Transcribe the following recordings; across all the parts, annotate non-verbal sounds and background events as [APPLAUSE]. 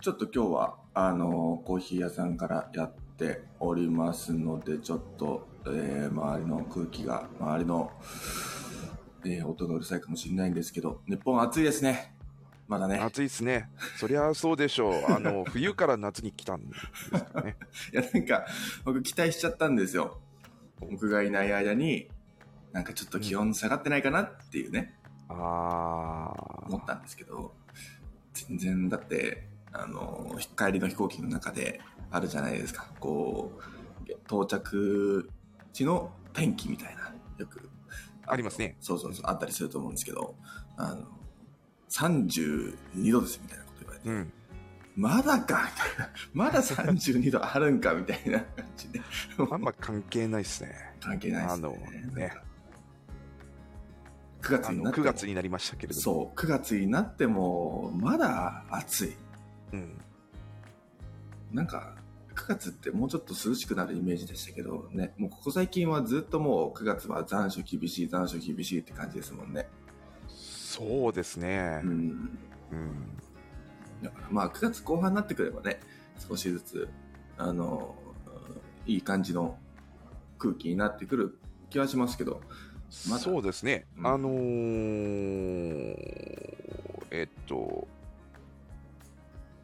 ちょっと今日は、あの、コーヒー屋さんからやっておりますので、ちょっと、えー、周りの空気が、周りの、えー、音がうるさいかもしれないんですけど、日本暑いですね。まだね。暑いですね。そりゃそうでしょう。あの、冬から夏に来たんですかね。いや、なんか、僕期待しちゃったんですよ。僕がいない間に、なんかちょっと気温下がってないかなっていうね、あ思ったんですけど、全然だって、あの、帰りの飛行機の中であるじゃないですか。こう、到着地の天気みたいな、よく。ありますね。そうそうそう、あったりすると思うんですけど、あの、32度ですみたいなこと言われてー。う、ん。まだかみたいな。まだ32度あるんかみたいな [LAUGHS] 感じで。あんま関係ないですね。関係ないですね。あのね9月あにのなって9も月になりましたけれども。そう、9月になっても、まだ暑い。うん。なんか、9月ってもうちょっと涼しくなるイメージでしたけどね、もうここ最近はずっともう9月は残暑厳しい、残暑厳しいって感じですもんね。そうですねう。ん。うん。だからまあ9月後半になってくればね、少しずつ、あの、いい感じの空気になってくる気はしますけど、まだそうですね、うんあのーえっと、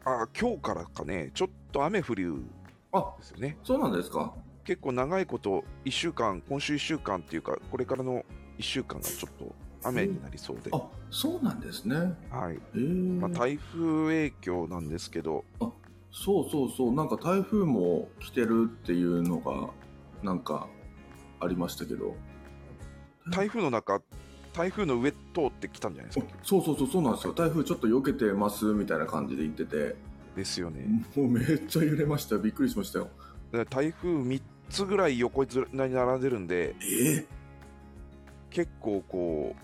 あ今日からかね、ちょっと雨降るんあ、ですよね、そうなんですか結構長いこと、1週間、今週1週間っていうか、これからの1週間がちょっと雨になりそうで、あ、そうなんですね。はいえーまあ、台風影響なんですけど、そうそうそう、なんか台風も来てるっていうのが、なんかありましたけど。台風の中、台風の上通ってきたんじゃないですか、そうそうそう、そうなんですよ。台風ちょっと避けてますみたいな感じで言ってて、ですよね、もうめっちゃ揺れましたよ。びっくりしましたよ。だから台風3つぐらい横ずらに並んでるんで、ええ結構こう、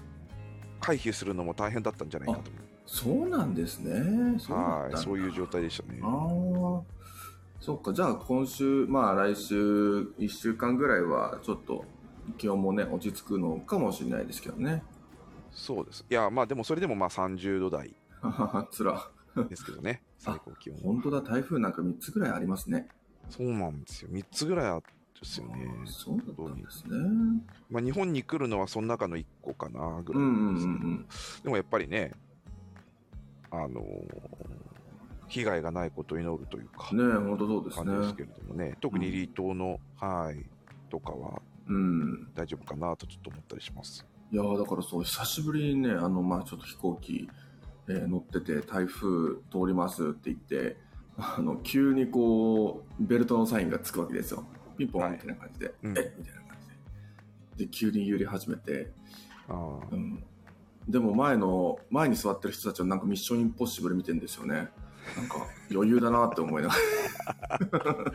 回避するのも大変だったんじゃないかと思う。そうなんですね。そうだはったい、んだそういう状態でしたね。ああ、そっか、じゃあ今週、まあ来週、1週間ぐらいは、ちょっと気温もね、落ち着くのかもしれないですけどね。そうです。いや、まあでもそれでもまあ30度台ははは、つら。ですけ [LAUGHS] どね、最高気温。本当だ、台風なんか3つぐらいありますね。そうなんですよ。3つぐらいあったんですよね。そうだったんですね。まあ日本に来るのはその中の1個かなぐうらんい。うんうんうん。でもやっぱりね、あのー被害がないことを祈るというか、ねえ、本当そうです感じですけね。れどもね、特に離島の、はい、とかはうん。大丈夫かなとちょっと思ったりします。いやーだからそう、久しぶりにね、あの、まあちょっと飛行機、えー乗ってて、台風通りますって言って、あの、急にこう、ベルトのサインがつくわけですよ。ピンポンみたいな感じで、うんえみたいな感じで。で、急に揺れ始めて、あーうん。でも前の、前に座ってる人たちはなんかミッションインポッシブル見てんですよね。なんか余裕だなって思いながら [LAUGHS]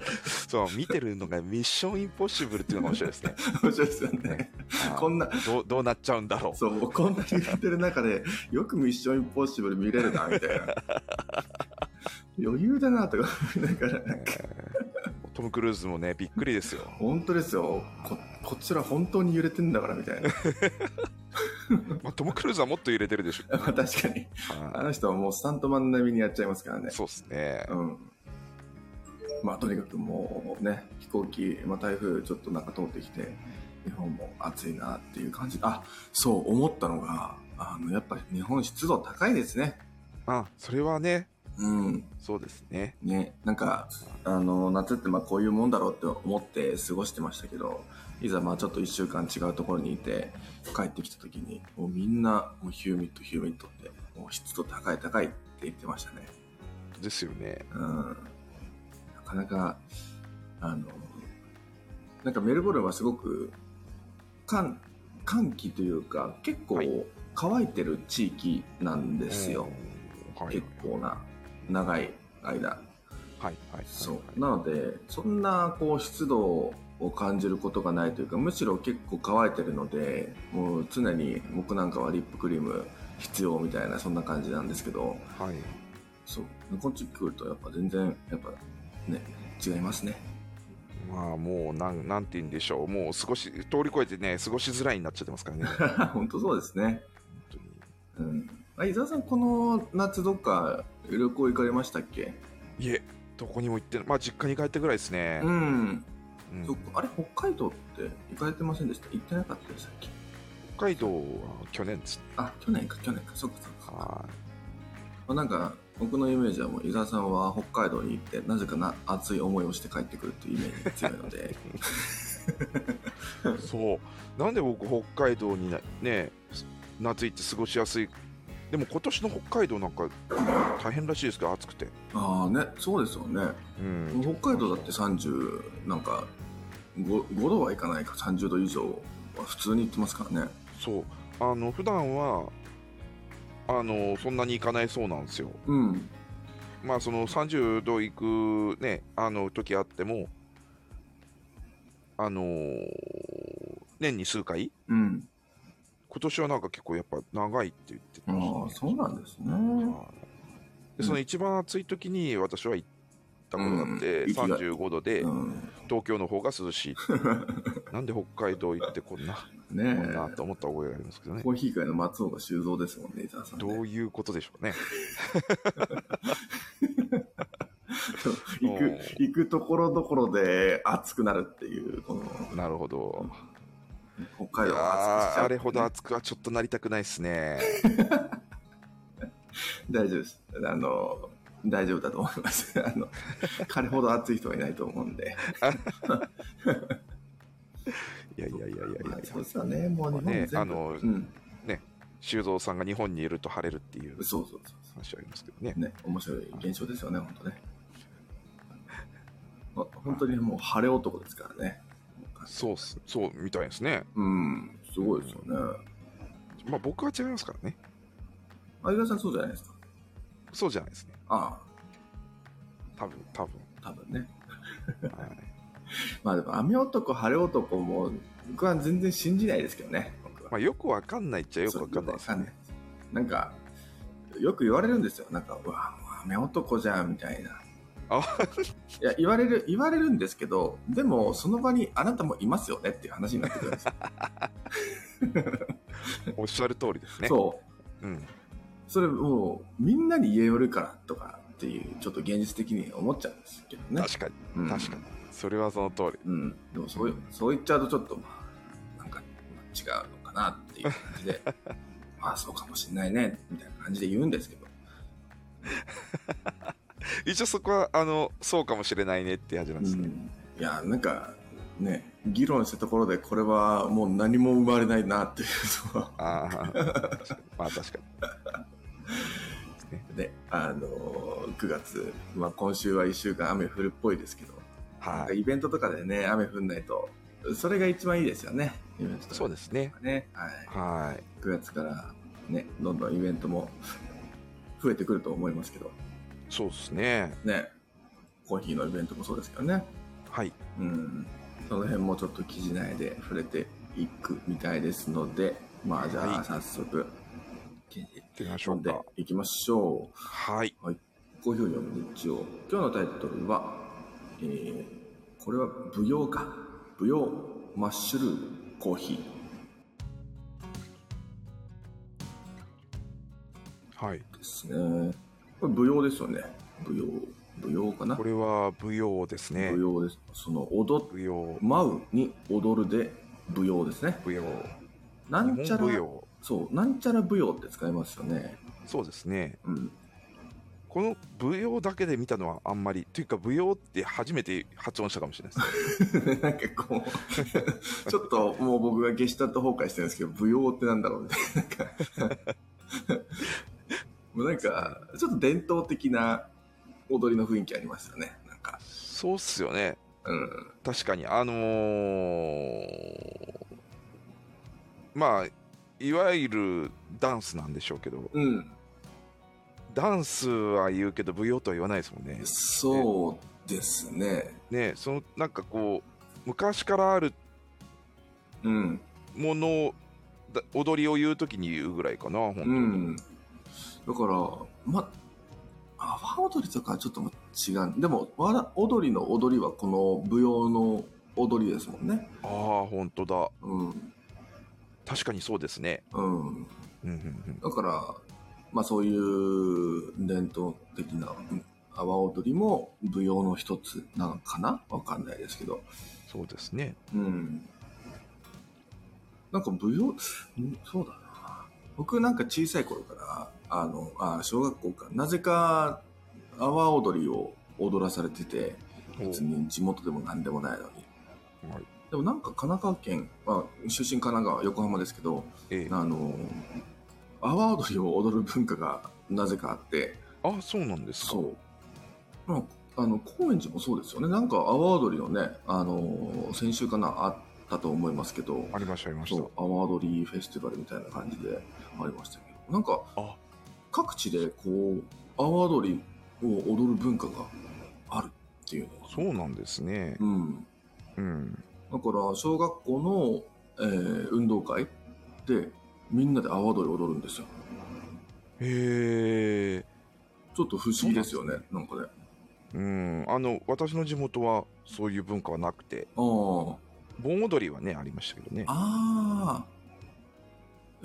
そう、見てるのがミッションインポッシブルっていうのが面白いですね。面白いですよね [LAUGHS] ね。あーこんな、どうどうなっちゃうんだろう。そう、こんなに言ってる中で、よくミッションインポッシブル見れるな、みたいな。余裕だな、とか思いながら、なんかトム・クルーズもね、びっくりですよ。本当ですよ。こ、こちら本当に揺れてんだから、みたいな。まあ、トム・クルーズはもっと入れてるでしょ。まあ確かに。あの人はもうスタントマン並みにやっちゃいますからね。そうですね。うん。まあ、とにかくもうね、飛行機、まあ、台風ちょっとなんか通ってきて、日本も暑いなっていう感じ。あ、そう思ったのが、あの、やっぱり日本湿度高いですね。あ、それはね、うん。そうですね。ね、なんか、あの、夏ってまあこういうもんだろうって思って過ごしてましたけど、いざまあちょっと一週間違うところにいて、帰ってきた時に、もうみんな、もうヒューミット、ヒューミットって、もう湿度高い高いって言ってましたね。ですよね。うん。なかなか、あの、なんかメルボルンはすごく、寒、寒気というか、結構はい乾いてる地域なんですよ。うん。はい結構な、長い間。はいはい。そう。なので、そんな、こう、湿度を感じることがないというか、むしろ結構乾いてるので、もう常に僕なんかはリップクリーム必要みたいな、そんな感じなんですけど、はい。はいそう。こっち来ると、やっぱ全然、やっぱ、ね、違いますね。 [LAUGHS] まあもうなん、なんて言うんでしょう。もう少し、通り越えてね、過ごしづらいになっちゃってますから [LAUGHS] ね。本本当そうですね。当にうん。あ伊沢さん、この夏どっか旅行行かれましたっけいえ、どこにも行ってない、まあ、実家に帰ってぐらいですね。うん。うんそっかあれ、北海道って行かれてませんでした行ってなかったでしたっけ北海道は去年ですね。あ、去年か、去年か、そっかそっか。はまあなんか、僕のイメージはもう伊沢さんは北海道に行って、なぜかな熱い思いをして帰ってくるっていうイメージが強いの [LAUGHS] で。いそう。なんで僕、北海道になね、夏行って過ごしやすい。でも今年の北海道なんか大変らしいですけど、暑くて。ああね、そうですよね。うん、北海道だって30、なんか5、5度はいかないか、30度以上は普通に行ってますからね。そう。あの、普段は、あの、そんなに行かないそうなんですよ。うん。まあその30度行くねあの時あってもあのー年に数回うん。今年はなんか結構やっぱ長いって言ってあたあ、そうなんですね。はいでその一番暑い時に私は行ったことがあって、うん息が35度でうん。東京の方が [LAUGHS] 涼しいなんで北海道行ってこんなこねんなえ。と思った覚えがありますけどねコーヒー界の松岡修造ですもんね、伊沢さんね、どういうことでしょうね行うんく、行くところどころで熱くなるっていう、この、なるほど北海道は熱くしあちゃうってーあれいうね、ほど暑くはちょっとなりたくないですね大丈夫です。あの、大丈夫だと思います。 [LAUGHS] あの、彼ほど熱い人はいないと思うんで。いやいやいやいやいまやあそうですよね、もう日本ね全部。あのうん。修造さんが日本にいると晴れるっていうそうそうそ話ありますけどねう。。ね、面白い現象ですよね、本当ね。まあ本当にもう晴れ男ですからね。そうっす、そうみたいですね。うん、すごいですよね。まあ僕は違いますからね。相川さんそうじゃないですか。そうじゃないですね。あ多分、多分。あ、多分ね。はい、 [LAUGHS] まあでも、雨男、晴れ男も、僕は全然信じないですけどね、僕は。まあよくわかんないっちゃよくわかんないですそうよくわかんないですなんか、よく言われるんですよ。なんか、うわ、雨男じゃん、みたいな。あいや、言われる、言われるんですけど、でも、その場にあなたもいますよねっていう話になってくるんですよ。おっしゃる通り [LAUGHS] ですね。そう。うん。それもう、みんなに言えよるからとかっていう、ちょっと現実的に思っちゃうんですけどね。確かに、うん確かに。それはその通り。うん、でもそういそう言っちゃうとちょっとまあなんか違うのかなっていう感じ [LAUGHS] でまあそうかもしれないねみたいな感じで言うんですけど一応そこは、あの、そうかもしれないねって話なんですね。いやなんかね議論したところでこれはもう何も生まれないなっていうの [LAUGHS] はああ、確かにまあ確かに。ねあのー9月、まあ、今週は1週間雨降るっぽいですけど、なんはかい。イベントとかでね雨降んないとそれが一番いいですよねイベントとかそうですね。ね、はい、はい。 9月からねどんどんイベントも増えてくると思いますけどそうですね。ねコーヒーのイベントもそうですけどねはい。うんその辺もちょっと記事内で触れていくみたいですのでまあじゃはあい早速記事行ってみまし読ょんうでか。いきましょうはい。コーヒーを読む日曜今日のタイトルは、えーこれは舞踊か舞踊マッシュルームコーヒーはい。ですねこれ舞踊ですよね舞踊舞踊かなこれは舞踊ですね。舞踊です。その踊っ舞踊。舞うに踊るで舞踊ですね。舞踊。な日んちゃ本ら舞踊。そうなんちゃら舞踊って使いますよね。そうですね。うん。この舞踊だけで見たのはあんまり、というか舞踊って初めて発音したかもしれない [LAUGHS] で [LAUGHS] す。なんかこう [LAUGHS] ちょっともう僕がゲシュタット崩壊してるんですけど舞踊ってなんだろうみたいななんか [LAUGHS] もうなんかちょっと伝統的な踊りの雰囲気ありますよね。なんかそうっすよね。うん確かに。あのー、まあ、いわゆるダンスなんでしょうけど、うんダンスは言うけど舞踊とは言わないですもんね。そうですね。ねそのなんかこう、昔からあるうんものだ踊りを言うときに言うぐらいかな、ほんとうん。だから、ま、阿波踊りとかはちょっとも違う。でも、わら踊りの踊りはこの舞踊の踊りですもんね。ああ、ほんとだ。うん。確かにそうですね。うん。うんうんうんだから、まあそういう伝統的なうん阿波踊りも舞踊の一つなのかなわかんないですけど。そうですね。うん。なんか舞踊、んそうだな。僕なんか小さい頃から、あの、あ小学校か、なぜか阿波踊りを踊らされてて、お別に地元でも何でもないのに。はいでもなんか神奈川県、まあ、出身神奈川、横浜ですけど、ええ、あの、阿波踊りを踊る文化がなぜかあって、あそうなんですか。そう。まあ、あの、高円寺もそうですよね。なんか、阿波踊りのね、あの、先週かな、あったと思いますけど、ありましたありましそうた。、阿波踊りフェスティバルみたいな感じでありましたけど、なんかあ、各地で、こう、阿波踊りを踊る文化があるっていうのは。そうなんですね。うん。うん。だから、小学校の、えー運動会で、みんなで阿波踊り踊るんですよ。へえ。ちょっと不思議ですよね、なんかね。うん。あの私の地元はそういう文化はなくて、ああ。盆踊りはねありましたけどね。ああ。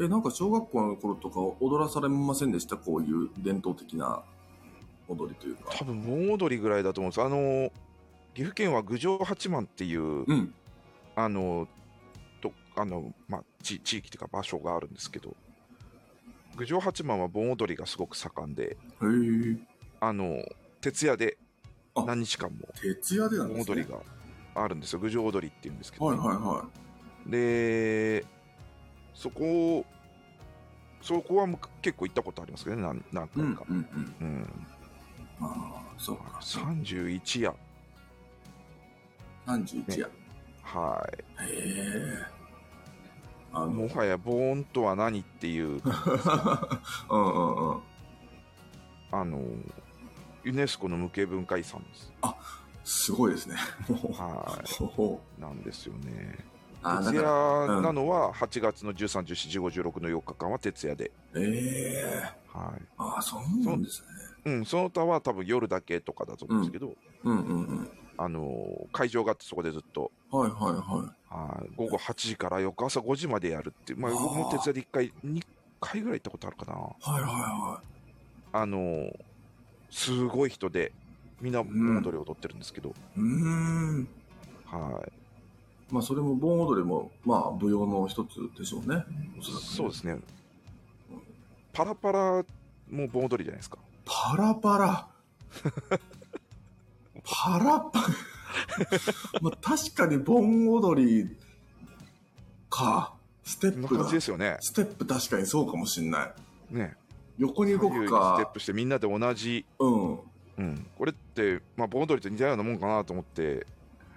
え、なんか小学校の頃とか踊らされませんでしたこういう伝統的な踊りというか。多分盆踊りぐらいだと思うんです。あの岐阜県は郡上八幡っていううん。あのとあのまあ地地域というか場所があるんですけど、郡上八幡は盆踊りがすごく盛んで、へえ。あの徹夜であ何日間も徹夜でなん盆です踊ね。りがあるんですよ。郡上踊りっていうんですけど、はいはいはでそこをそこはもう結構行ったことありますけどね何何い。うん回か、うんうん。うんああ、そうか。 31夜31や。はへえ。あい [LAUGHS] もの、はやボーンとは何っていううんうんうん。あのユネスコの無形文化遺産ですすごいですね。もはうほいなんですよねう。ああ、だ徹か夜ら。うんなのは8月の13141516の4日間は徹夜でええ。はああ、そうなんですね。い、うん、その他は多分夜だけとかだと思うんですけど、うんうんうん。あの会場があってそこでずっとはいはいはい。はい午後8時から翌朝5時までやるっていう、まあ、あー僕も徹夜で1回、2回ぐらい行ったことあるかな。はいはいはあのーすごい人で、みんなうん盆踊り踊ってるんですけど、い。うーん。はいまあ、それも盆踊りも、まあ、舞踊の一つでしょうね。おそらくねそうですね。パラパラも盆踊りじゃないですか。パラパ [LAUGHS] ラ。パラパラ。まあ、確かに盆踊りか。ステそッんなプ感だじで。すよね。ステップ確かにそうかもしんない。ね。横に動左右くにステッか。プしてみんなで同じ、うん。うん、これって、まあ、盆踊りと似たようなもんかなと [LAUGHS] 思って、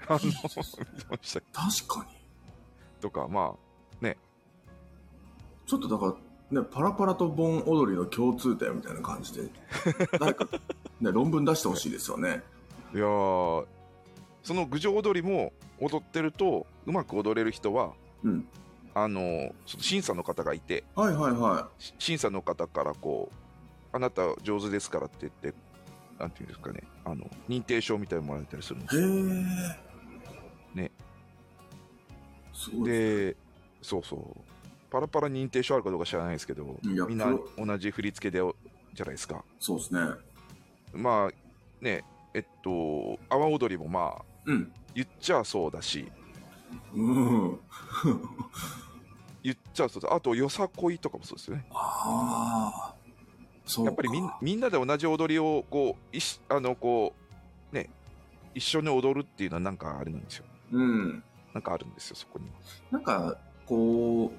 あの、見てました確かに。とか、まちょっとだから、ね、パラパラと盆踊りの共通点みたいな感じで、誰か、ね、論文出してほしいですよね。あ、いやーその郡上踊りも踊ってると、うまく踊れる人は、うん。あのその審査の方がいてはいはいはし審査の方からこう「あなた上手ですから」って言ってなんていうんですかねあの認定証みたいなのもらえたりするんでい。すへえ。ね。すごいですねでそうそうパラパラ認定証あるかどうか知らないですけどいやみんなプロ同じ振り付けでおじゃないですかそうですね。まあねえっと阿波踊りもまあうん。言っちゃそうだしうん。言っちゃそうだあとよさこいとかもそうですよねああ。そうか。やっぱりみんみんなで同じ踊りをこういしあのこうね一緒に踊るっていうのはなんかあれなんですようん。なんかあるんですよそこになんか、こ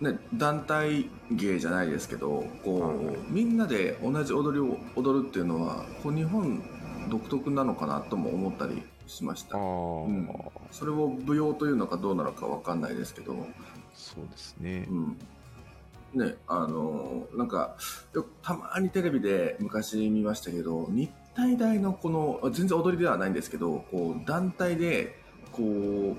う、ね、団体芸じゃないですけど、こ、はいうみんなで同じ踊りを踊るっていうのは、こう、日本独特なのかなとも思ったりしましああた。、それを舞踊というのかどうなのかわかんないですけど、そうですねうん。ね、あのーなんか、よくたまにテレビで昔見ましたけど、日体大のこの、あ全然踊りではないんですけど、こう、団体で、こう、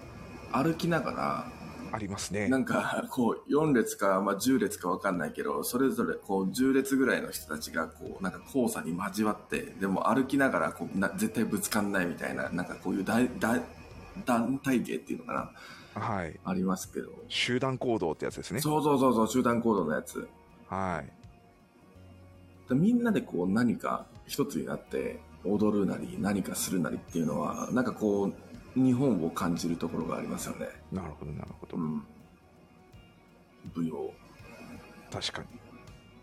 歩きながありますねら、なんか、こう、4列か、まあ、10列かわかんないけど、それぞれ、こう、10列ぐらいの人たちが、こう、なんか交差に交わって、でも歩きながら、こうな、絶対ぶつかんないみたいな、なんかこういう大、大、団体芸っていうのかな、はいありますけど。集団行動ってやつですねそうそうそうそう、集団行動のやつ。はいみんなでこう何か一つになって踊るなり何かするなりっていうのはなんかこう日本を感じるところがありますよね、なるほどなるほど、うん、舞踊、確かに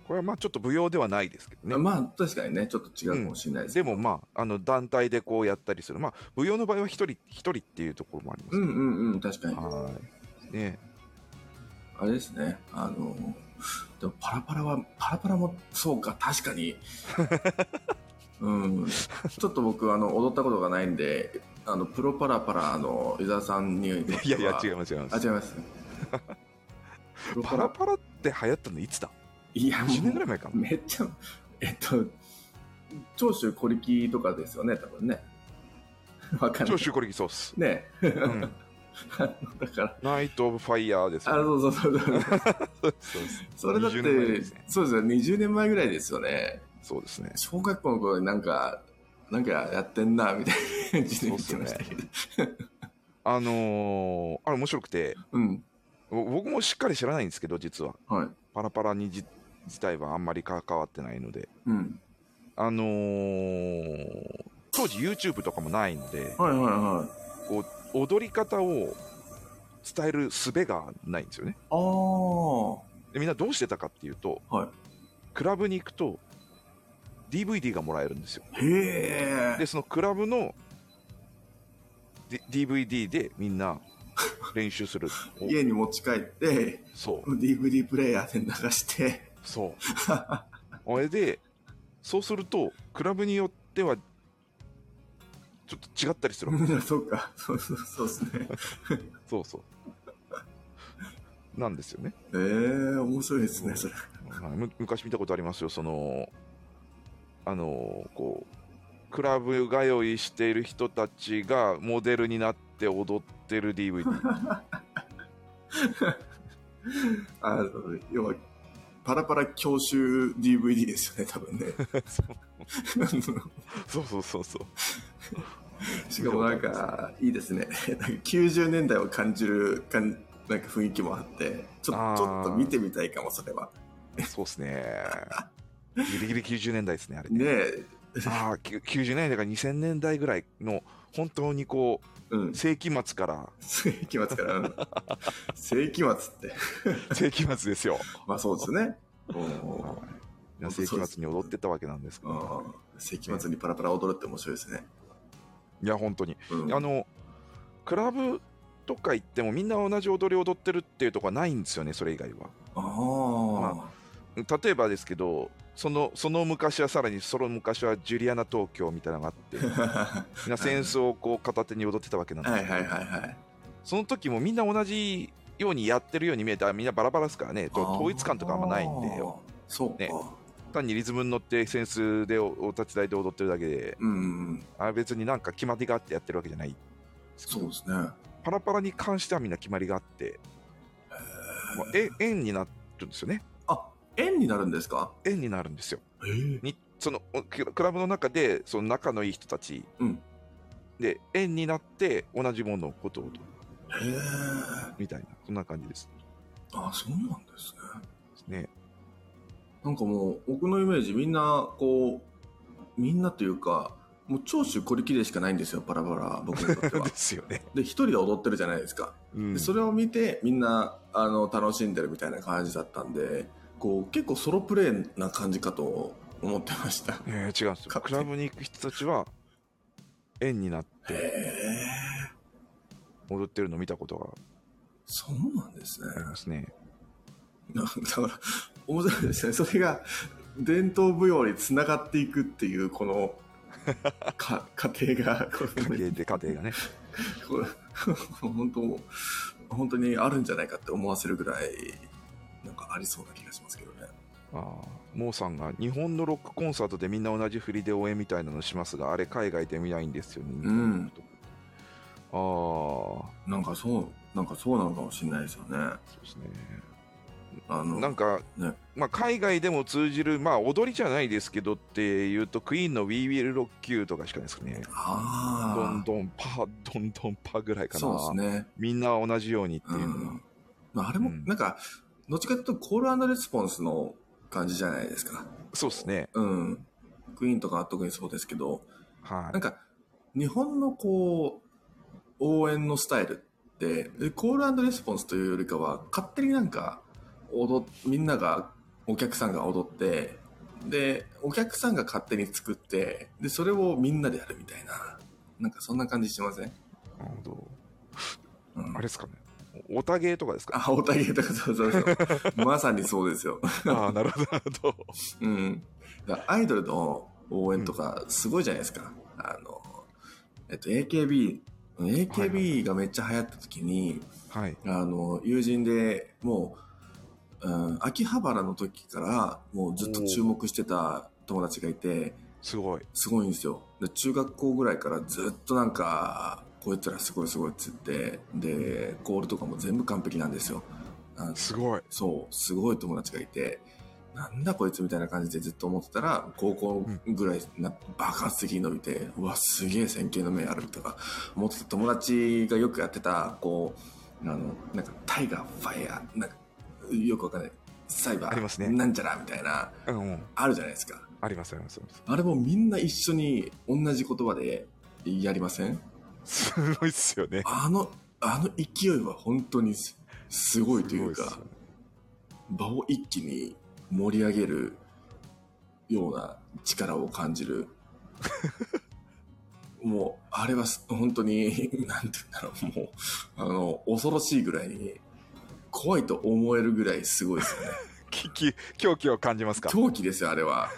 これはまあちょっと舞踊ではないですけどね、まあ確かにねちょっと違うかもしれないですけでど、もまああの団体でこうやったりするまあ舞踊の場合は一人一人っていうところもありますうけん、ど、うんうん確かにはいねあれですねあのでもパラパラはパラパラもそうか確か [LAUGHS] にうんちょっと僕あの踊ったことがないんであのプロパラパラの伊沢さんにいいやいや違ういます違いまあす違いますプロ [LAUGHS] パラパラって流行ったのいつだいやも ?1 年ぐうらい前かめっちゃえっと長州小力とかですよね多分ねわかんな長い州小力ソース、ね [LAUGHS] うん、あのだからナイト・オブ・ファイヤーですあよねそうそうそうそ [LAUGHS] うそうですそれだって、 20年前ですねそうですよ、20年前ぐらいですよね。そうですね小学校の頃になんか、なんかやってんな、みたいな感じでそう見ってすねましたけど。あのーあれ面白くてうん。ぼ僕もしっかり知らないんですけど実ははい。パラパラにじ自体はあんまり関わってないのでうん。あのー当時 YouTube とかもないのではいはいはい。こう踊り方を伝える術がないんですよねあー。でみんなどうしてたかっていうと、はいクラブに行くと DVD がもらえるんですよへでえ。そのクラブの、D、DVD でみんな練 [LAUGHS] 習する家に持ち帰って、そう DVD プレイヤーで流して、 [LAUGHS] そうあれでそうするとクラブによってはちょっと違ったりするわけそうか、そうそうそうですね。そうそうなんですよねええー、面白いですね、それ。はいむ昔見たことありますよそのあのこうクラブ通いしている人たちがモデルになって踊って [LAUGHS] る DVD あの、要は、パラパラ教習 DVD ですよね、多分 [LAUGHS] ね。そうそうそうそうしかもなんかいいですねなんか90年代を感じるかんなんか雰囲気もあってちょあーちょっと見てみたいかもそれはそうっすねギリギリ90年代ですねあれねねえああきゅ90年代だから2000年代ぐらいの本当にこううん世紀末から世紀末からうん世紀末って世紀末で [LAUGHS] すよまあそうですねうんいや世紀末に踊ってたわけなんですけどうん世紀末にパラパラ踊るって面白いですね、いや本当にうん、あのクラブとか行ってもみんな同じ踊り踊ってるっていうとこはないんですよねそれ以外は [LAUGHS] あま例えばですけどそのその昔はさらにその昔はジュリアナ東京みたいなの [LAUGHS] があってみーはんな扇子をこう片手に踊ってたわけなんいですはいはいはいその時もみんな同じようにやってるように見えたみんなバラバラですからねと統一感とかあんまないんであーそうか、ね単にリズムに乗って扇子でおお立ち台で踊ってるだけでうんうんあ別になんか決まりがあってやってるわけじゃないそうですねパラパラに関してはみんな決まりが [LAUGHS] あって、まあ、え円になるんですよねあ円になるんですか円になるんですよええにそのおククラブの中でその仲のいい人たちうんで円になって同じものをことを踊るへえみたいなそんな感じですあ、そうなんですね。ねなんかもう、僕のイメージ、みんな、こう、みんなというか、もう長州小力でしかないんですよ、バラバラ、僕にとっては。 [LAUGHS] ですよね、で、一人で踊ってるじゃないですか。うんでそれを見て、みんな、あの、楽しんでるみたいな感じだったんで、こう、結構ソロプレイな感じかと思ってました。えー違うんですよ勝手クラブに行く人たちは円になってへえ、踊ってるのを見たことがそうなんですねあ。りますねなだから、面白いですね。それが、伝統舞踊につながっていくっていう、こ [LAUGHS] の、か、過程が、こ家の [LAUGHS] 庭で家庭がねこれ本当本当にあるんじゃないかって思わせるぐらいなんかありそうな気がしますけどねあーモーさんが日本のロックコンサートでみんな同じ振りで応援みたいなのしますがあれ海外で見ないんですよね、うんああそなんかそうなんかそうなのかもしれないですよねうですねあのなんか、ねまあ、海外でも通じる、まあ、踊りじゃないですけどっていうと、クイーンの We Will Rock You とかしかないですかね。あどあんどんパー、どんどんパーぐらいかな。そうですねみんな同じようにってういうのは。ん、まあ、あれもうんなんか、どっちかというとコールレスポンスの感じじゃないですかそうですね。うんクイーンとかは特にそうですけどはなんか、日本のこう、応援のスタイルって、でコールレスポンスというよりかは、勝手になんか、踊っみんなが、お客さんが踊って、で、お客さんが勝手に作って、で、それをみんなでやるみたいな、なんかそんな感じしませんい。なるほど。うんあれですかね。おたげと [LAUGHS] かですか。あ、おたげとか、そうそうそう。 [LAUGHS] まさにそうですよ。ああ、なるほど、なるほど。うん。だからアイドルの応援とか、すごいじゃないですか。あの、えっと、AKB、はいはい AKB がめっちゃ流行った時に、はい。あの、友人でもう、うん、秋葉原の時から、もうずっと注目してた友達がいて、すごい。すごいんですよ。で、中学校ぐらいからずっとなんか、こいつらすごいすごいっつって、で、コールとかも全部完璧なんですよ。あすごい。そう、すごい友達がいて、なんだこいつみたいな感じでずっと思ってたら、高校ぐらいにな爆発的に伸びて、うわ、すげえ線形の目あるとか、思ってた友達がよくやってた、こう、あの、なんか、タイガー、ファイヤー、なんか、よくわかんない、サイバー、ありますねなんちゃらみたいな、うんうん、あるじゃないですか。あります、あります。ありますあれもみんな一緒に同じ言葉でやりませんすごいっすよね。あの、あの勢いは本当にすすごいというすかごっすよ。ね場を一気に盛り上げるような力を感じる [LAUGHS] もうあれはす本当になんて言うんだろうもうあの恐ろしいぐらいに怖いと思えるぐらいすごいですよ [LAUGHS] ねきき狂気を感じますか。狂気ですよあれは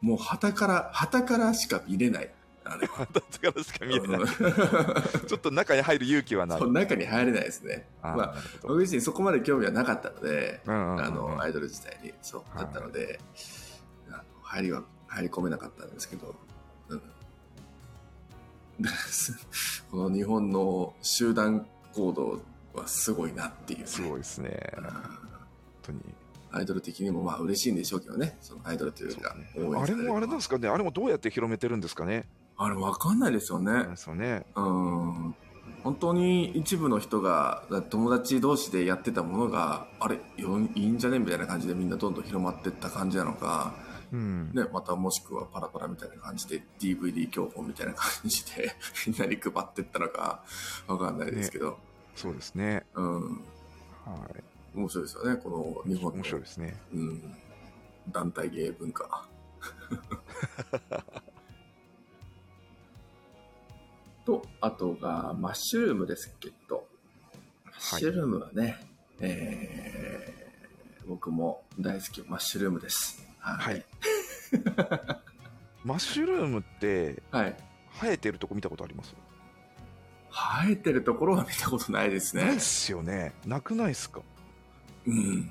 もう旗から旗からしか見れないあれは [LAUGHS] だからしか見 [LAUGHS] えない。うちょっと中に入る勇気はない。ん中に入れないですねあーまあなるほど僕自身そこまで興味はなかったのでうんうんうんうんあの、アイドル自体に、そう、はいだったので、あの入りは、入り込めなかったんですけど、うん。だからす [LAUGHS] この日本の集団行動はすごいなっていう。すごいですね。う本ん当に。アイドル的にもまあ嬉しいんでしょうけどね、そのアイドルというか、応援あされるのもはあれなんですかね。あれもどうやって広めてるんですかね。あれわかんないですよね。あれですよね。うん本当に一部の人が友達同士でやってたものがあれよいいんじゃねみたいな感じでみんなどんどん広まってった感じなのか、うん。ね、またもしくはパラパラみたいな感じで DVD 教本みたいな感じで [LAUGHS] みんなに配ってったのかわかんないですけど、そうですね。うん、はい。面白いですよねこの日本の面白いですね。うん、団体芸文化 [LAUGHS] とあとがマッシュルームですけどマッシュルームはね、えー僕も大好きマッシュルームですははいい。マッシュルームってはい生えてるとこ見たことあります。生えてるところは見たことないですないねっすよね。なくないっすか。うん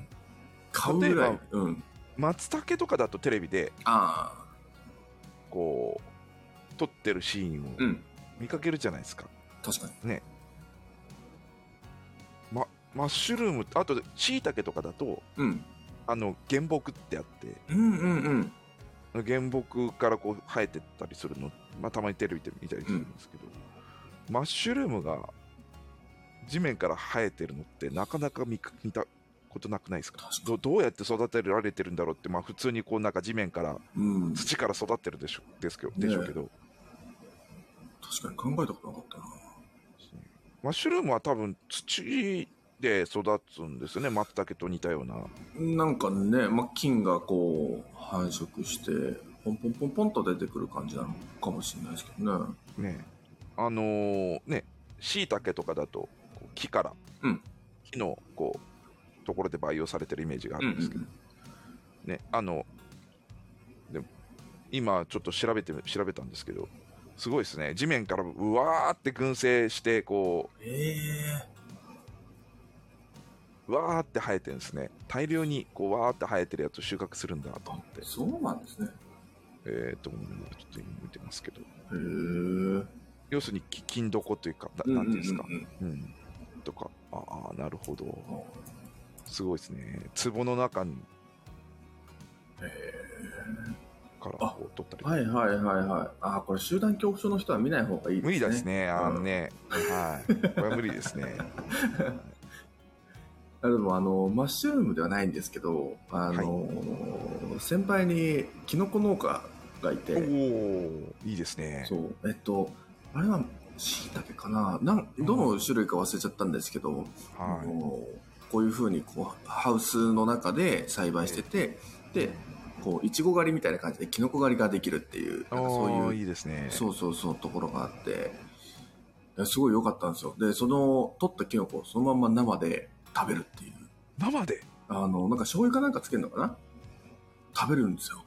買うぐら例えいうん松茸とかだとテレビでああこう撮ってるシーンをうん見かけるじゃないですか。確かにま、マッシュルームあとしいたけとかだとうんあの原木ってあってうんうんうん原木からこう生えてったりするの、まあ、たまにテレビで見たりするんですけど、マッシュルームが地面から生えてるのってなかなか見か見たことなくないですか確かどどうやって育てられてるんだろうって、まあ、普通にこうなんか地面からうん土から育ってるでしょですけどでしょうけど、確かに考えたことなかったなマッシュルームは多分土で育つんですよね松茸と似たようななんかね、まあ、菌がこう繁殖してポンポンポンポンと出てくる感じなのかもしれないですけどねねあのーねしいたけとかだとこう木から、うん木のこうところで培養されてるイメージがあるんですけど、ねあのでも今ちょっと調べて調べたんですけどすごいですね地面からうわーって群生してこえううわーって生えてるんですね大量にこうわーって生えてるやつを収穫するんだと思ってえそうなんですねえっ、とちょっと今見てますけどへえうん要するにき金床というかななんていうんですか、うん、とかああなるほどすごいですね。壺の中にからあこう取ったり。はいはいはいはいああこれ集団恐怖症の人は見ない方がいいですね無理ですね。あうのんね、はい。これは無理で [LAUGHS] すね。あでもあのマッシュルームではないんですけどあの、先輩にキノコ農家がいて、おおいいですねそうえっとあれはしいたけかななんどの種類か忘れちゃったんですけど、あはのこういうふうにこうハウスの中で栽培してて、でこういちご狩りみたいな感じでキノコ狩りができるっていういなんかそうあーいういいですねそうそうそうところがあっていやすごい良かったんですよでその取ったキノコをそのまんま生で食べるっていう生であのなんか醤油かなんかつけるのかな食べるんですよ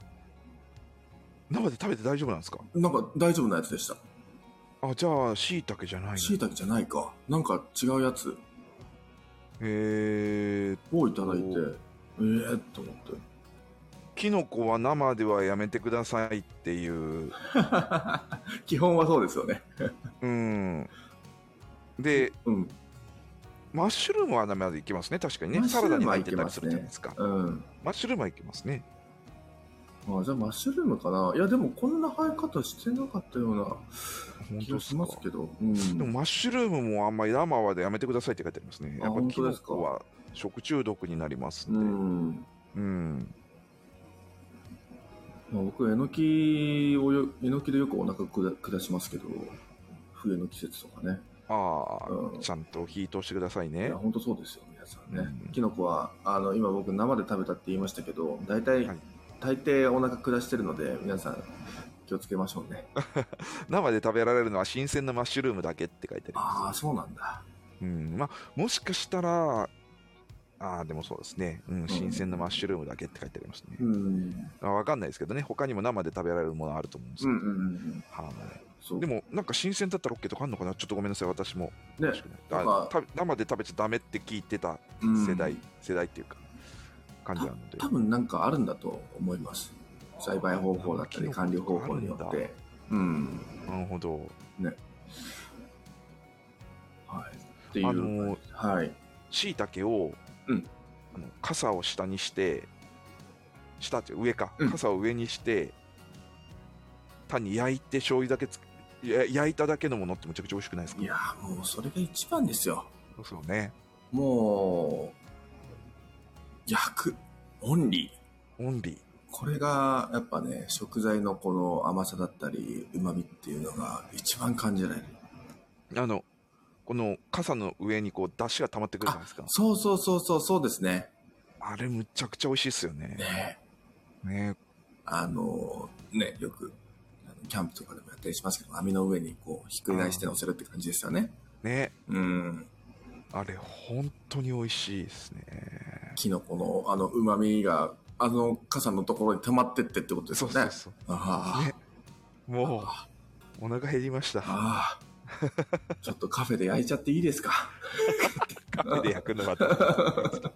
生で食べて大丈夫なんですかなんか大丈夫なやつでしたあじゃあしいたけじゃないのしいたけじゃないかなんか違うやつえー、をいただいておーええー、と思ってキノコは生ではやめてくださいっていう基本はそうですよねうんでうんマッシュルームは生でいけますね確かにマねッシュサルラーダムには入いってけたまりすすねるじゃないですかうんマッシュルームはいけますねあじゃあマッシュルームかないやでもこんな生え方してなかったような本気当がですしかますけど、うん、でもマッシュルームもあんまり生はでやめてくださいって書いてありますねあやっぱ本キ当でノすかコは食中毒になりますうんでんうんまあ、僕えのきをよえのきでよくお腹くだ下しますけど冬の季節とかね、ああうん、ちゃんと火通してくださいいねや本当そうですよ皆さんね、うんキノコはあの今僕生で食べたって言いましたけど大体、はい大抵お腹下してるので皆さん気をつけましょうね生で食べられるのは新鮮なマッシュルームだけって書いてありますああそうなんだうん、まあもしかしたら、ああ、でもそうですね、うん、新鮮なマッシュルームだけって書いてありますね。うんうんあわかんないですけどね、他にも生で食べられるものあると思うんですけうんうど、んはいそうでもなんか新鮮だったら OK とかあるのかな、ちょっとごめんなさい、私も。ね詳しくないなんあかた生で食べちゃダメって聞いてたうん世代、世代っていうか、感じなので。多分なんかあるんだと思います栽培方法だったり管理方法によあっるんてうんなるほど。はいっていあうの、はいしいたけを、うんあの傘を下にして、下っていうか上か、うん傘を上にして、単に焼いて醤油だけつや焼いただけのものってむちゃくちゃ美味しくないですかいやーもうそれが一番ですよそうですよね。もう焼くオンリーオンリー。これがやっぱね食材のこの甘さだったりうまみっていうのが一番感じられるあの、この傘の上にこう、出汁が溜まってくるじゃないですか。そうそうそうそうそうですねあれむちゃくちゃ美味しいですよね。ねねあのねよくあのキャンプとかでもやったりしますけど網の上にこうひっくり返して乗せるって感じですよねねうんあれ本当に美味しいですね。キノコのあの旨味があの傘のところに溜まってってってことですそようね。そうそう。ああ、ねもあう、お腹減りました。ああちょっとカフェで焼いちゃっていいですかカフェで焼くのはどう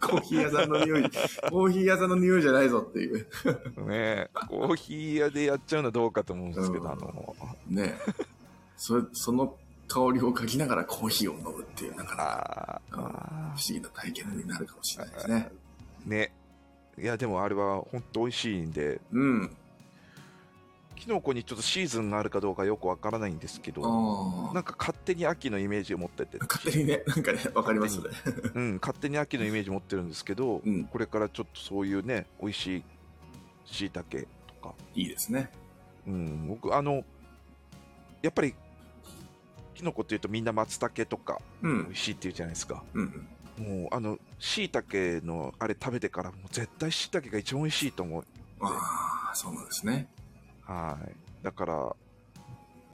コーヒー屋さんの匂い、コーヒー屋さんの匂いじゃないぞっていう。 [LAUGHS] ねえ、コーヒー屋でやっちゃうのはどうかと思うんですけど、うんあの、ね [LAUGHS] それその香りを嗅ぎながらコーヒーを飲むっていう、なかなかあーあ不思議な体験になるかもしれないですね。ー、ね。いや、でもあれは本当美味しいんで、うん。キノコにちょっとシーズンがあるかどうかよくわからないんですけど、あなんか勝手に秋のイメージを持っ [LAUGHS] てて、勝手にね、なんかね、わかりますね。うん、勝手に秋のイメージ持ってるんですけど、うんこれからちょっとそういうね、美味しい椎茸とか、いいですね。うん、僕、あの、やっぱり、キノコっていうとみんな松茸とかう美ん味。しいって言うじゃないですか。うん。もうあのしいたけのあれ食べてからもう絶対しいたけが一番美味しいと思うああ、そうなんですね。はいだから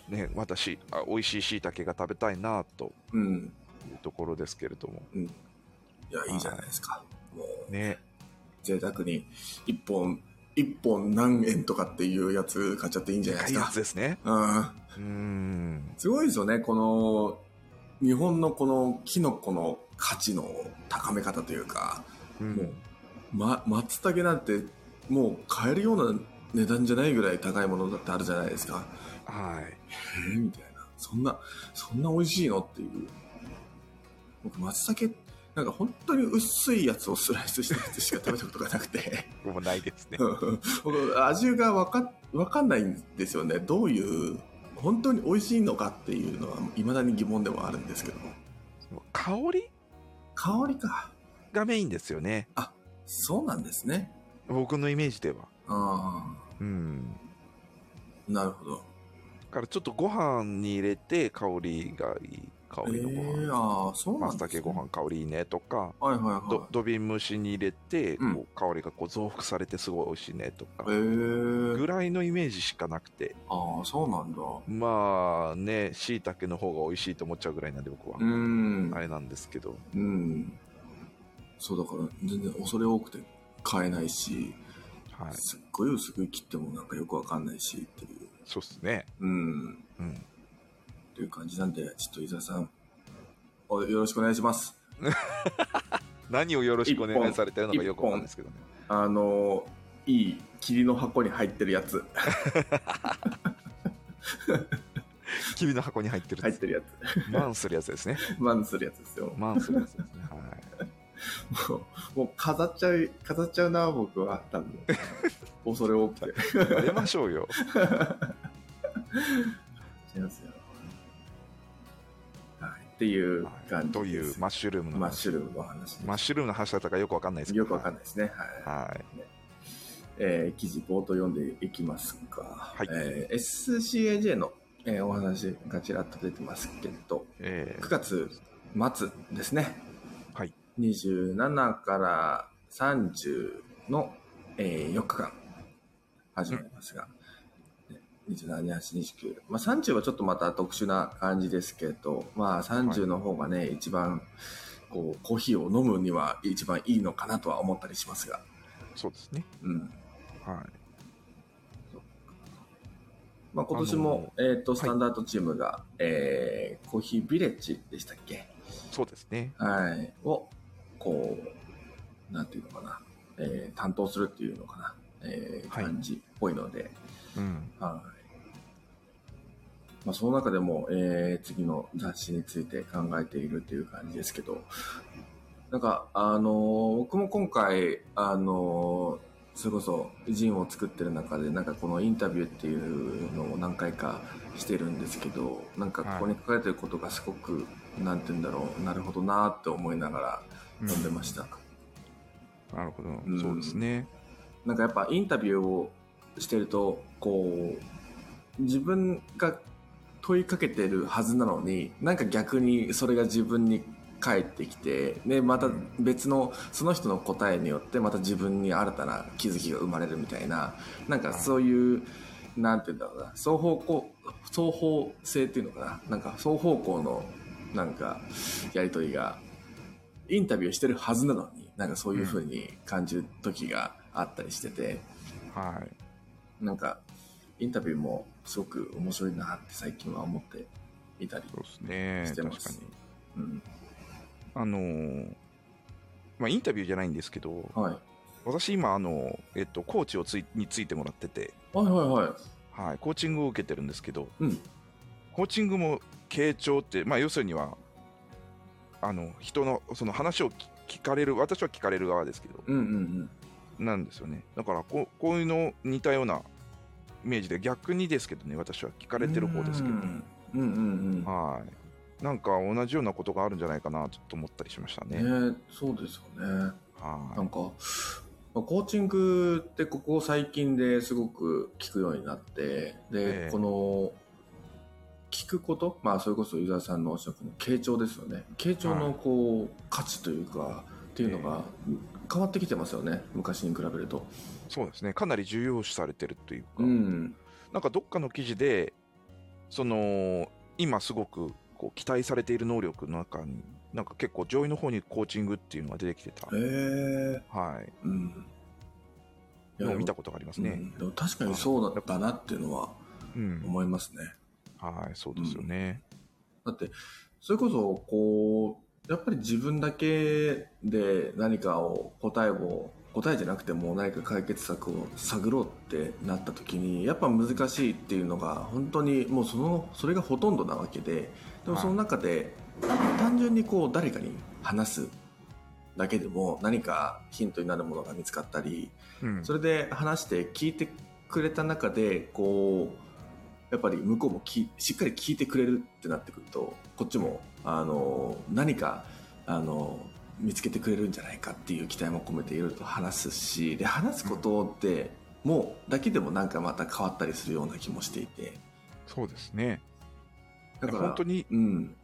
ね私あ美味しいしいたけが食べたいなとうん。いうところですけれどもいや、いいじゃないですか。もう、ね贅沢に、一本、一本何円とかっていうやつ買っちゃっていいんじゃないで開すか発。ですねうん。うーんすごいですよね、この、日本のこのキノコの価値の高め方というか、うんもうま、松茸なんて、もう買えるような値段じゃないぐらい高いものだってあるじゃないですか。はいえみたいな。そんな、そんな美味しいのっていう。僕、松茸、なんか本当に薄いやつをスライスしたやつしか食べたことがなくて。 [LAUGHS] 僕もないですねうん僕、味がわか、わかんないんですよね。どういう、本当に美味しいのかっていうのは、未だに疑問でもあるんですけど。香り香りか。がメインですよねそうなんですね。僕のイメージではあうんなるほど。からちょっとご飯に入れて香りがいい香えりのごえ飯、ああ、そうな松んです茸ねご飯香りいいねとかはいはいどは土瓶蒸しに入れてこうんう香りがこう増幅されてすごい美味しいねとかい。へえぐらいのイメージしかなくてああ、そうなんだ。まあね椎茸の方が美味しいと思っちゃうぐらいなんで僕はうん。あれなんですけどうん。そうだから、全然恐れ多くて買えないし、はいすっごい薄く切ってもなんかよくわかんないしっていう。そうっすねうん。うんという感じなんで、ちょっと伊沢さん、およろしくお願いします。何をよろしくお一願い本されてるのかよくわかんないですけどねあの、いい霧の箱に入ってるやつ。君の箱に入ってる入やっつてるやマンするやつですねつ。マンするやつですよ。マンするやつですねはいもうもう飾っちゃう、飾っちゃうな、僕は。多 [LAUGHS] 分恐れ多くて。やめましょうよ違いますよ。はい、っていう感じというマッシュルームのマッシュルームの話ですマッシュルームの話だったかよくわかんないですけどよくわかんないですね。はい。はいえー記事冒頭読んでいきますが、いえー SCAJ の、えーお話がちらっと出てますけど、え9月末ですね。はい。 27から30の、えー4日間始まりますが、ね27、28、29。まあ30はちょっとまた特殊な感じですけど、まあ30の方がね、一番、こう、コーヒーを飲むには一番いいのかなとは思ったりしますが、ーそうですねうん。はいまあ、今年も、えっ、と、スタンダードチームが、えーコーヒービレッジでしたっけそうですねはい。を、こう、なんていうのかな、えー担当するっていうのかな、えーはい感じっぽいので、うんはい。まあ、その中でも、えー次の雑誌について考えているっていう感じですけど、なんか、あのー僕も今回、あのーそれこそ、ジンを作ってる中で、なんかこのインタビューっていうのを何回かしてるんですけど、なんかここに書かれてることがすごく、なんて言うんだろう、なるほどなーって思いながうらん読んでました。なるほど、んそうですねなんかやっぱインタビューをしてるとこう自分が問いかけてるはずなのになんか逆にそれが自分に返ってきてでまた別のその人の答えによってまた自分に新たな気づきが生まれるみたいななんかそういうなんて言うんだろうな双方向双方性っていうのかななんか双方向のなんかやり取りがインタビューしてるはずなのになんかそういう風に感じる時があったりしてて、はいなんかインタビューもすごく面白いなって最近は思っていたり、そうですねして確まかすにうん、あのーまあインタビューじゃないんですけどはい私今あのえっとコーチをついについてもらっててはいはいはいはいコーチングを受けてるんですけどうんコーチングも傾聴って、まあ、要するにはあの人のその話を聞聞かれる私は聞かれる側ですけどうんうんなんですよねだからこうこういうの似たようなイメージで逆にですけどね私は聞かされてる方ですけどうんうんうんうんはいなんか同じようなことがあるんじゃないかなと思ったりしましたね。ねそうですよねなはんか、まあコーチングってここ最近ですごく聞くようになって、で、ええこの、聞くこと、まあ、それこそユーザーさんのおっしゃるこの傾聴ですよね。傾聴はのいこう、価値というか、っていうのが変わってきてますよね。昔に比べると。い、そうですねかなり重要視されてるというか、うん。なんかどっかの記事でその今すごくこう期待されている能力の中になんか結構上位の方にコーチングっていうのが出てきてたへえはい、うん。いのを見たこことがありまとすね。でも確かにそうだったなっていうのはうん、思いますね。はい、そうですよね。だって、それこそ、こう、やっぱり自分だけで何かを答えを、答えじゃなくても何か解決策を探ろうってなった時に、やっぱ難しいっていうのが、本当にもうその、それがほとんどなわけで、でもはいその中で、単純にこう誰かに話すだけでも何かヒントになるものが見つかったり、うん、それで話して聞いてくれた中でこうやっぱり向こうもきしっかり聞いてくれるってなってくるとこっちもあの何かあの見つけてくれるんじゃないかっていう期待も込めていろいろと話すしで話すことってもうだけでもなんかまた変わったりするような気もしていてそうですね。だから本当にうん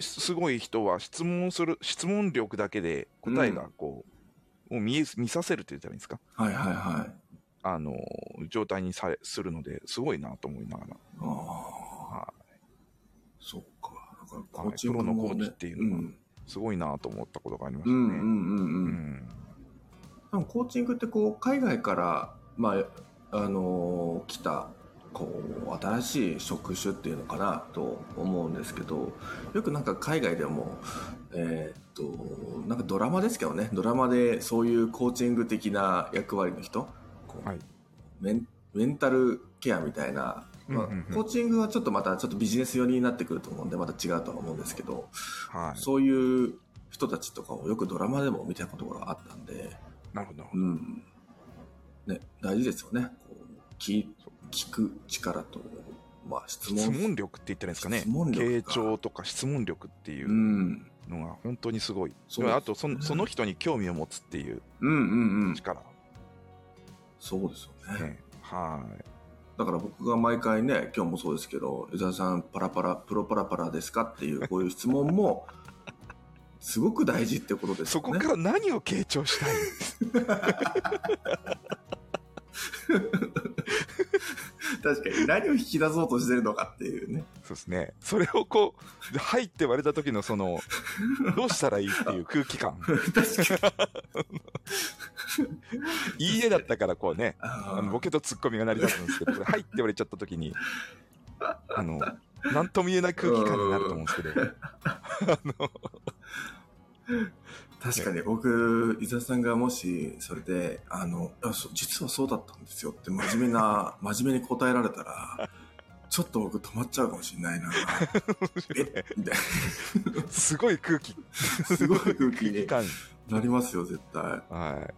すすごい人は質問する、質問力だけで答えがこう、もう見え見させるって言ったらいいんですかはいはいはいあの、状態にされするので、すごいなと思いながら。あはあそっかだからコーチンプグロのコもーねチっていううのはんすごいなと思ったことがありまうしたね。んうんうんうんうんでもコーチングってこう海外から、まああのー来たこう新しい職種っていうのかなと思うんですけどよくなんか海外でも、えーっとなんかドラマですけどねドラマでそういうコーチング的な役割の人こうはいメンメンタルケアみたいな、まあうんうんうんコーチングはちょっとまたちょっとビジネス寄りになってくると思うんでまた違うとは思うんですけど、はい。そういう人たちとかをよくドラマでも見たことがあったんで。なるほど。うん。ね、大事ですよね。こう聞聞く力と、まあ、質問。質問力って言ったらいいんですかね質問。力傾か。聴とか質問力っていううんのが本当にすごい。そうですねあとその、その人に興味を持つっていううんうんうん。力。そうですよね。ね、はい。だから僕が毎回ね、今日もそうですけど、伊沢さん、パラパラ、プロパラパラですかっていう、こういう質問も、すごく大事ってことですそよね。こから何を傾聴したい確かに何を引き出そうとしてるのかっていうね。そうですね。それをこう、で入って割れた時のその、どうしたらいいっていう空気感。確かに。いい絵だったからこうね、ああのボケとツッコミが成り立つんですけど、これ入って割れちゃった時に、あの、なんとも言えない空気感になると思うんですけど、確かに僕、伊沢さんがもし、それで、あの、あそ実はそうだったんですよって真面目 [LAUGHS] な、真面目に答えられたら、ちょっと僕止まっちゃうかもしれないな。えみたいすごい空気、な。すごい空気に感。なりますよ、絶対。あはい。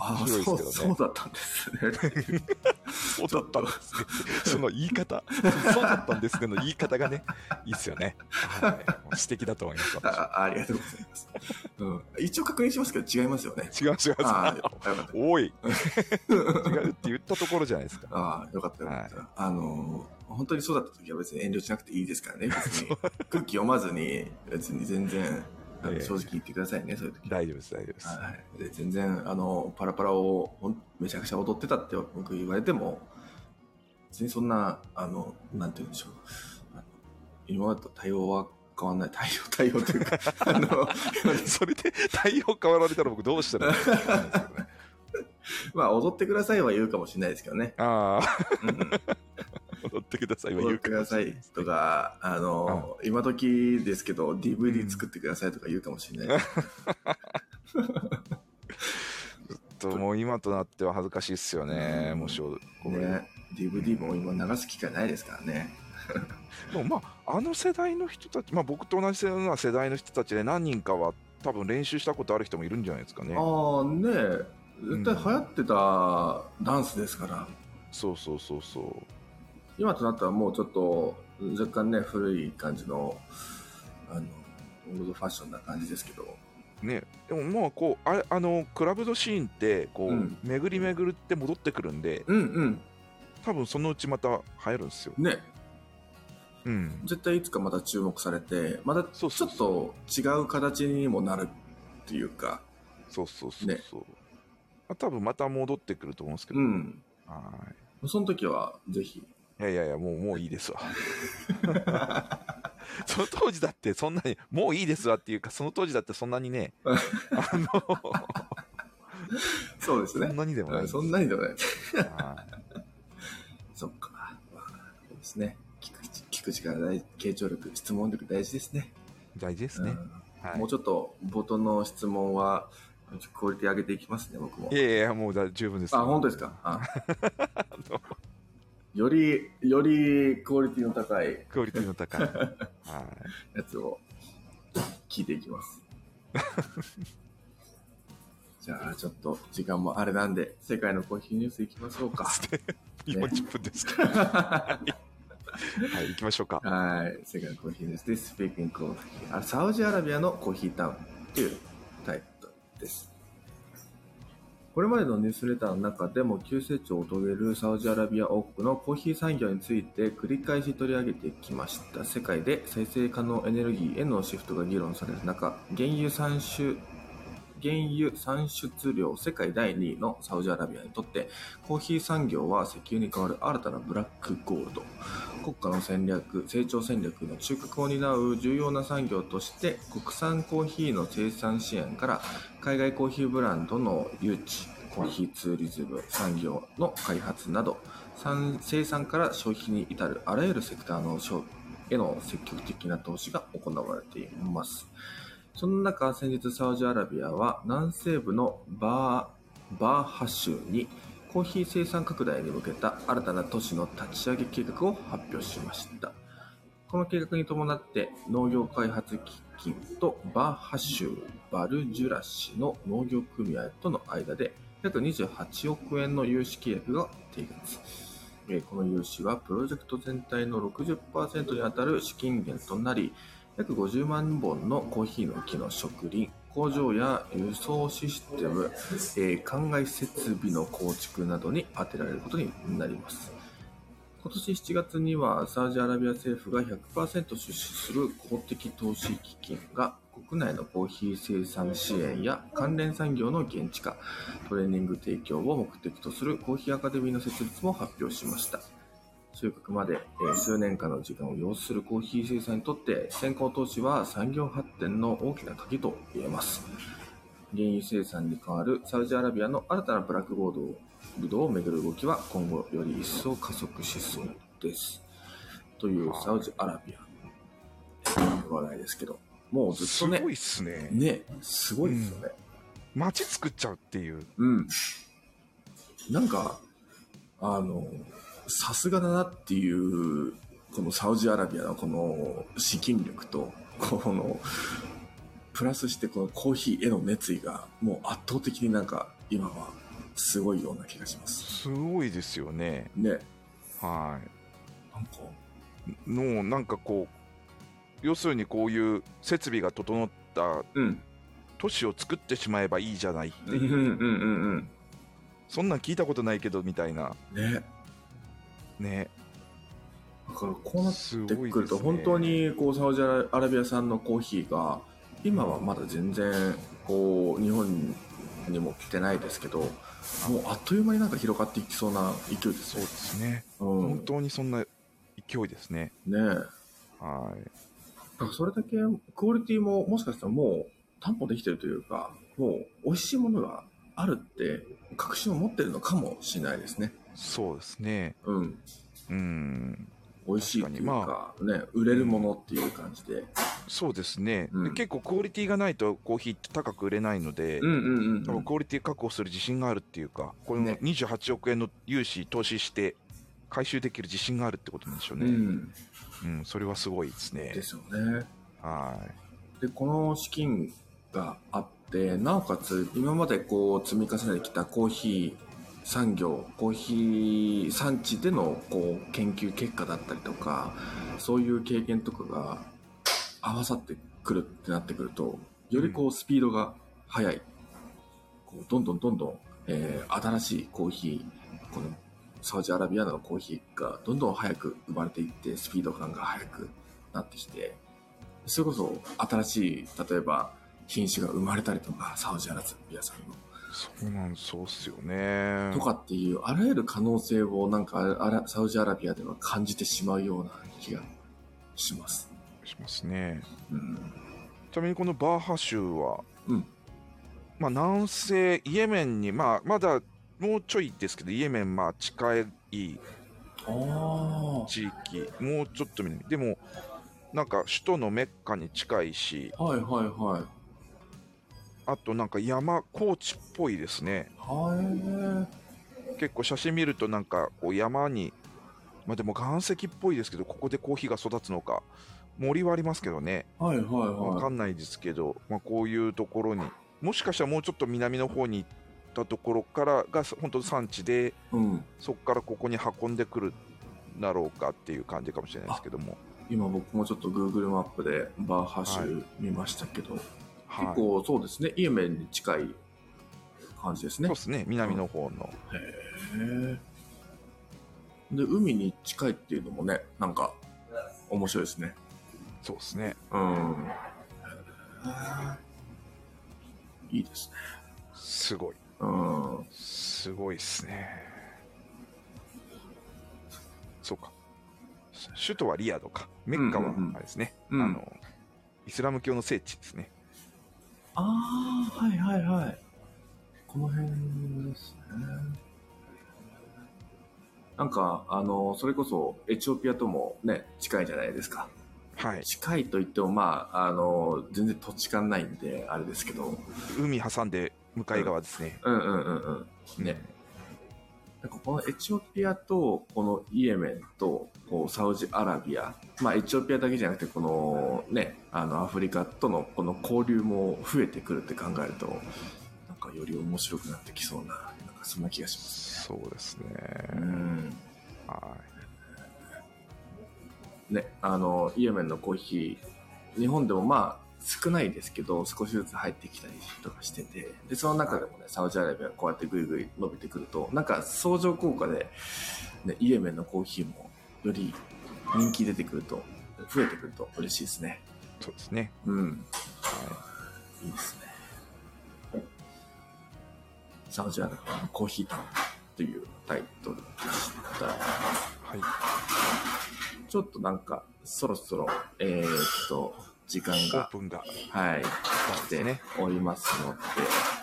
あ、面そ、白いうですけそどねうだったんですね。そうだったんですね。その言い方、そうだったんですけど、言い方がね、いいっすよね。はい。素敵だと思います。私あありがとうございます。うん、一応確認しますけど、違いますよね。違う違う違う。ああ、よかった。おい違うって言ったところじゃないですか。ああ、よかったよかった。あのー本当にそうだった時は別に遠慮しなくていいです [LAUGHS] からね、別に。空気読まずに、別に全然、あのええ正直言ってくださいね、そういう時。大丈夫です、大丈夫です。はい、で全然、あの、パラパラをほんめちゃくちゃ踊ってたって僕言われても、別にそんな、あの、なんて言うんでしょう。あの今までと対応は変わんない。対応、対応という [LAUGHS] か、あの、それで対応変わられたら僕どうしたらいいかわかんないです [LAUGHS] けどねまあ、踊ってくださいは言うかもしれないですけどね。ああ、うんうん踊ってくださいは言言っうてかくださいとか、あの、今時ですけど、DVD 作ってくださいとか言うかもしれない。と、もう今となっては恥ずかしいっすよね。うんもし、これ。ね、DVD も今流す機会ないですからね。でもまあ、あの世代の人たち、まあ僕と同じような世代の人たちで何人かは多分練習したことある人もいるんじゃないですかね。ああ、ねえ絶対う流ん行ってたダンスですから、そうそうそうそう。今となったらもうちょっと若干ね、古い感じの、あの、オールドファッションな感じですけど、ね、でもまあこうあれあのクラブのシーンってこう、うん巡り巡って戻ってくるんでうん多分そのうちまた流行るんですよ、うん。ね、うん、絶対いつかまた注目されて、またちょそうそうっと違う形にもなるっていうか、そうそうそうねそう、まあ、多分また戻ってくると思うんですけど、うん。はその時はぜひーいいやいやいやもうもういいですわ [LAUGHS] その当時だってそんなにもういいですわっていうかその当時だってそんな [LAUGHS] にねあのそうですそねん。なにでもないそんなにでもない。はそっか。まあ、そうですね。聞く聞く力大事、傾聴力、質問力大事ですね。い大事ですね、うんはいもうちょっと冒頭の質問は、クオリティ上げていきますね、僕もい。やいやいやもうだ十分ですあ、本当ですか。 [LAUGHS] あより、よりクオリティの高いクオリティ [LAUGHS] の高い、はいやつを聞いていき [LAUGHS] ます。じゃあ、ちょっと時間もあれなんで、世界のコーヒーニュースいきましょうか。 [LAUGHS] 今10分ですから、はい、行きましょうか。はい、世界のコーヒーです。This Speaking Coffee あ。サウジアラビアのコーヒータウンというタイトルです。これまでのニュースレターの中でも急成長を遂げるサウジアラビア王国のコーヒー産業について繰り返し取り上げてきました世界で再生可能エネルギーへのシフトが議論される中原油産出原油産出量世界第2位のサウジアラビアにとってコーヒー産業は石油に代わる新たなブラックゴールド国家の戦略成長戦略の中核を担う重要な産業として国産コーヒーの生産支援から海外コーヒーブランドの誘致コーヒーツーリズム産業の開発など産生産から消費に至るあらゆるセクターの商への積極的な投資が行われています。その中、先日サウジアラビアは南西部のバー、バーハ州にコーヒー生産拡大に向けた新たな都市の立ち上げ計画を発表しました。この計画に伴って農業開発基金とバーハ州バルジュラ市の農業組合との間で約28億円の融資契約が締結。えーこの融資はプロジェクト全体の60%にあたる資金源となり、約50万本のコーヒーの木の植林、工場や輸送システム、えー、灌漑設備の構築などに充てられることになります。今年7月にはサウジアラビア政府が100%出資する公的投資基金が国内のコーヒー生産支援や関連産業の現地化、トレーニング提供を目的とするコーヒーアカデミーの設立も発表しました。収穫までえー数年間の時間を要するコーヒー生産にとって先行投資は産業発展の大きな鍵と言えます原油生産に代わるサウジアラビアの新たなブラックゴールドブドウをめぐる動きは今後より一層加速しそうですというサウジアラビアの話題ですけどもうずっすとねごいっすね。ねすごいですよね街作っちゃうっていう。うん、なんかあのさすがだなっていうこのサウジアラビアのこの資金力とこのプラスしてこのコーヒーへの熱意がもう圧倒的になんか今はすごいような気がしますすごいですよね。ねはなんかい。の、なんかこう、要するにこういう設備が整ったうん都市を作ってしまえばいいじゃないってうんいうう、んうんそんなん聞いたことないけどみたいな。うんねね。だからこうなっすてごいくでるすとね。本当。にこうサウジアラビア産のコーヒーが今はまだ全然こう日本にも来てないですけどもうあっという間になんか広がっていきそうな勢いですそうよで、すね。うん、本当にそんな勢いですね。ねえだはい。からそれだけクオリティももしかしたらもう担保できてるというかもう美味しいものがあるって確信を持ってるのかもしれないですねそうですね。うんうん。美味しいっていうか確ね売れるものっていう感じでそうですね。うんで結構クオリティがないとコーヒーって高く売れないので、うんうんうん多分クオリティ確保する自信があるっていうか、これもね28億円の融資、投資して、回収できる自信があるってことなんでしょううね。んうん、それはすごいですねで。すよねはでこの資金があってなおかつ今までこう積み重ねてきたコーヒー産業コーヒー産地でのこう研究結果だったりとかそういう経験とかが合わさってくるってなってくるとよりこうスピードが速い、こうどんどんどんどん、えー新しいコーヒーこのサウジアラビアのコーヒーがどんどん早く生まれていってスピード感が速くなってきてそれこそ新しい例えば品種が生まれたりとかサウジアラビア産のい。そうなん、そうっすよね。とかっていうあらゆる可能性をなんかあらサウジアラビアでは感じてしまうような気がします。しますね。うん、ちなみにこのバーハ州は、うんまあ南西、イエメンに、まあまだもうちょいですけど、イエメンまあ近いあ地域、もうちょっと南。でも、なんか首都のメッカに近いし、あはいはいはい。あとなんか山、高地っぽいですね。は結構写真見るとなんかこう山に、まあでも岩石っぽいですけど、ここでコーヒーが育つのか、森はありますけどね、いはいはいわかはい。んないですけど、まあこういうところに、もしかしたらもうちょっと南の方に行ったところからが本当産地で、うんそこからここに運んでくるだろうかっていう感じかもしれないですけども。今僕もちょっと Google マップでバーハ州見ましたけど、はい結構そうですねイエメンに近い感じですそうねで。すね、南の方の。へえ。で、海に近いっていうのもね、なんか、面白いですね。そうですね。うん。いいですね。すごい。うん。すごいですね。そうか。首都はリヤドか。メッカはうんうんうんあれですね。うんあのイスラム教の聖地ですね。ああ、はいはいはい。この辺ですね。なんか、あの、それこそエチオピアともね、近いじゃないですか。はい。近いといっても、まあ、あの、全然土地勘ないんで、あれですけど。海挟んで向かい側ですね。うんうんうんうん。ね。なんかこのエチオピアと、このイエメンと、こう、サウジアラビア。まあ、エチオピアだけじゃなくて、このね、あの、アフリカとのこの交流も増えてくるって考えると、なんかより面白くなってきそうな、なんかそんな気がします。そうですね。うん。はね、あの、イエメンのコーヒー、日本でもまあ、少ないですけど、少しずつ入ってきたりとかしてて、で、その中でもね、サウジアラビアがこうやってぐいぐい伸びてくると、なんか相乗効果で、ね、イエメンのコーヒーもより人気出てくると、増えてくると嬉しいですね。い。そうですね。うん、はいいですね。サウジアラビアのコーヒータウンというタイトルでした。い。はい。ちょっとなんか、そろそろ、えー、っと、時間オがープンが。はい、来ですてねおりますので、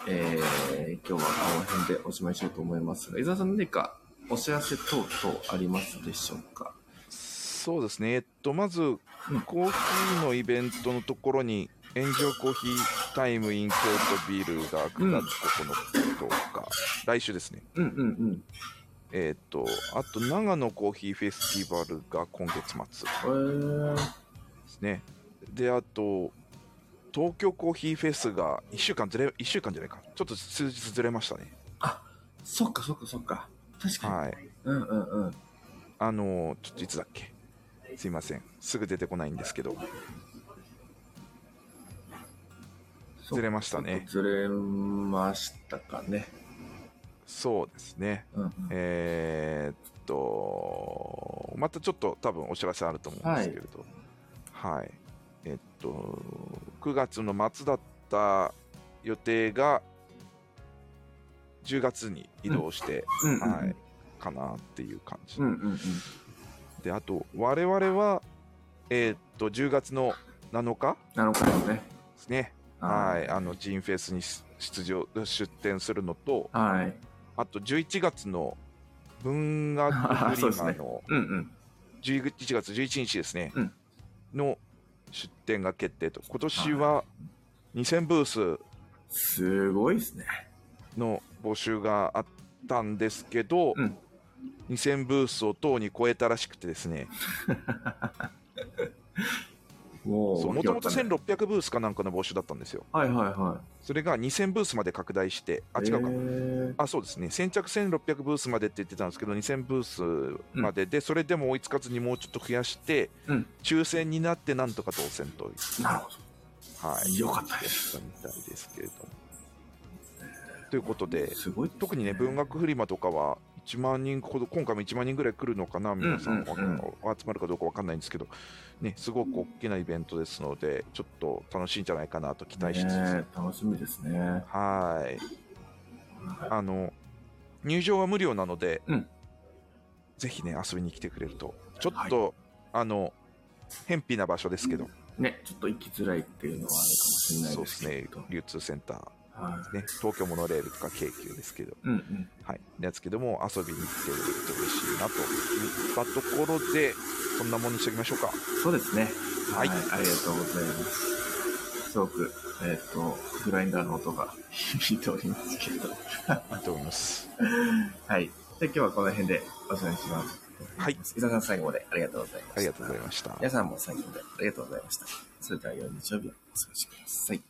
えー今日はこの辺でおしまいしようと思いますが、伊沢さん何かお知らせ等々ありますでしょうかそうですね。えっと、まず、コーヒーのイベントのところに、炎上コーヒータイムイン京都ビールが9月9日、来週ですね。うんうんえっと、あと、長野コーヒーフェスティバルが今月末でうん。えー、すね。で、あと、東京コーヒーフェスが1週間ずれ、1週間じゃないか。ちょっと数日ずれましたね。そっかそっかそっか。確かに。はい。うんうんうん。あのーちょっといつだっけすいません。すぐ出てこないんですけど。そうずれましたね。ずれましたかね。そうですね。うんうん、えーっと、またちょっと多分お知らせあると思うんですけれど、はい。えっと、9月の末だった予定が、10月に移動して、うんうんうんはい、かなっていう感じ。うんうんうん。で、あと、我々は、えーっと、10月の7日なのかよね。ですね、はい、あの、ジーンフェスに出場、出展するのと、はい。はい。あと11月の文学フリそうですマねの、うんうん。 11月11日ですね、うんの出店が決定と、今年は2000ブースすごいですね。の募集があったんですけど、うん2000ブースをとうに超えたらしくてですね、もう、もともと広がっ1600ブースかなんかの募集だったんですよ。たねはいはいはそれが2000ブースまで拡大して、あ、い。違うか。えーあそうですね先着1600ブースまでって言ってたんですけど2000ブースまでで、それでも追いつかずにもうちょっと増やして、うん抽選になってなんとか当選という、なるほど。はい、よかったですやったみたいですけれどもということで、すごいですね特にね、文学フリマとかは、1万人ほど、今回も1万人ぐらい来るのかな、皆さうんん、うんうんわ集まるかどうかわかんないんですけど、ね、すごく大きなイベントですので、ちょっと楽しいんじゃないかなと期待しつつ、ねえ楽しみですね。はい。あの、入場は無料なので、うんぜひね、遊びに来てくれると、ちょっと、あの、偏僻な場所ですけど、ね、ちょっと行きづらいっていうのはあるかもしれないそでうですすけねど。、流通センター。はい。ね、東京モノレールとか京急ですけど、うんうん。はい、ですけども、遊びに来てくれると嬉しいなといったところで、そんなもんにしておきましょうか。そうですね。ははいい。ありがとうございます。すごく、えっ、と、グラインダーの音が響いておりますけれど。 [LAUGHS] いいと思います。はい。じゃあ今日はこの辺でおしまいします。はい。伊沢さん最後までありがとうございました。ありがとうございました。皆さんも最後までありがとうございました。それでは良い日曜日をお過ごしください。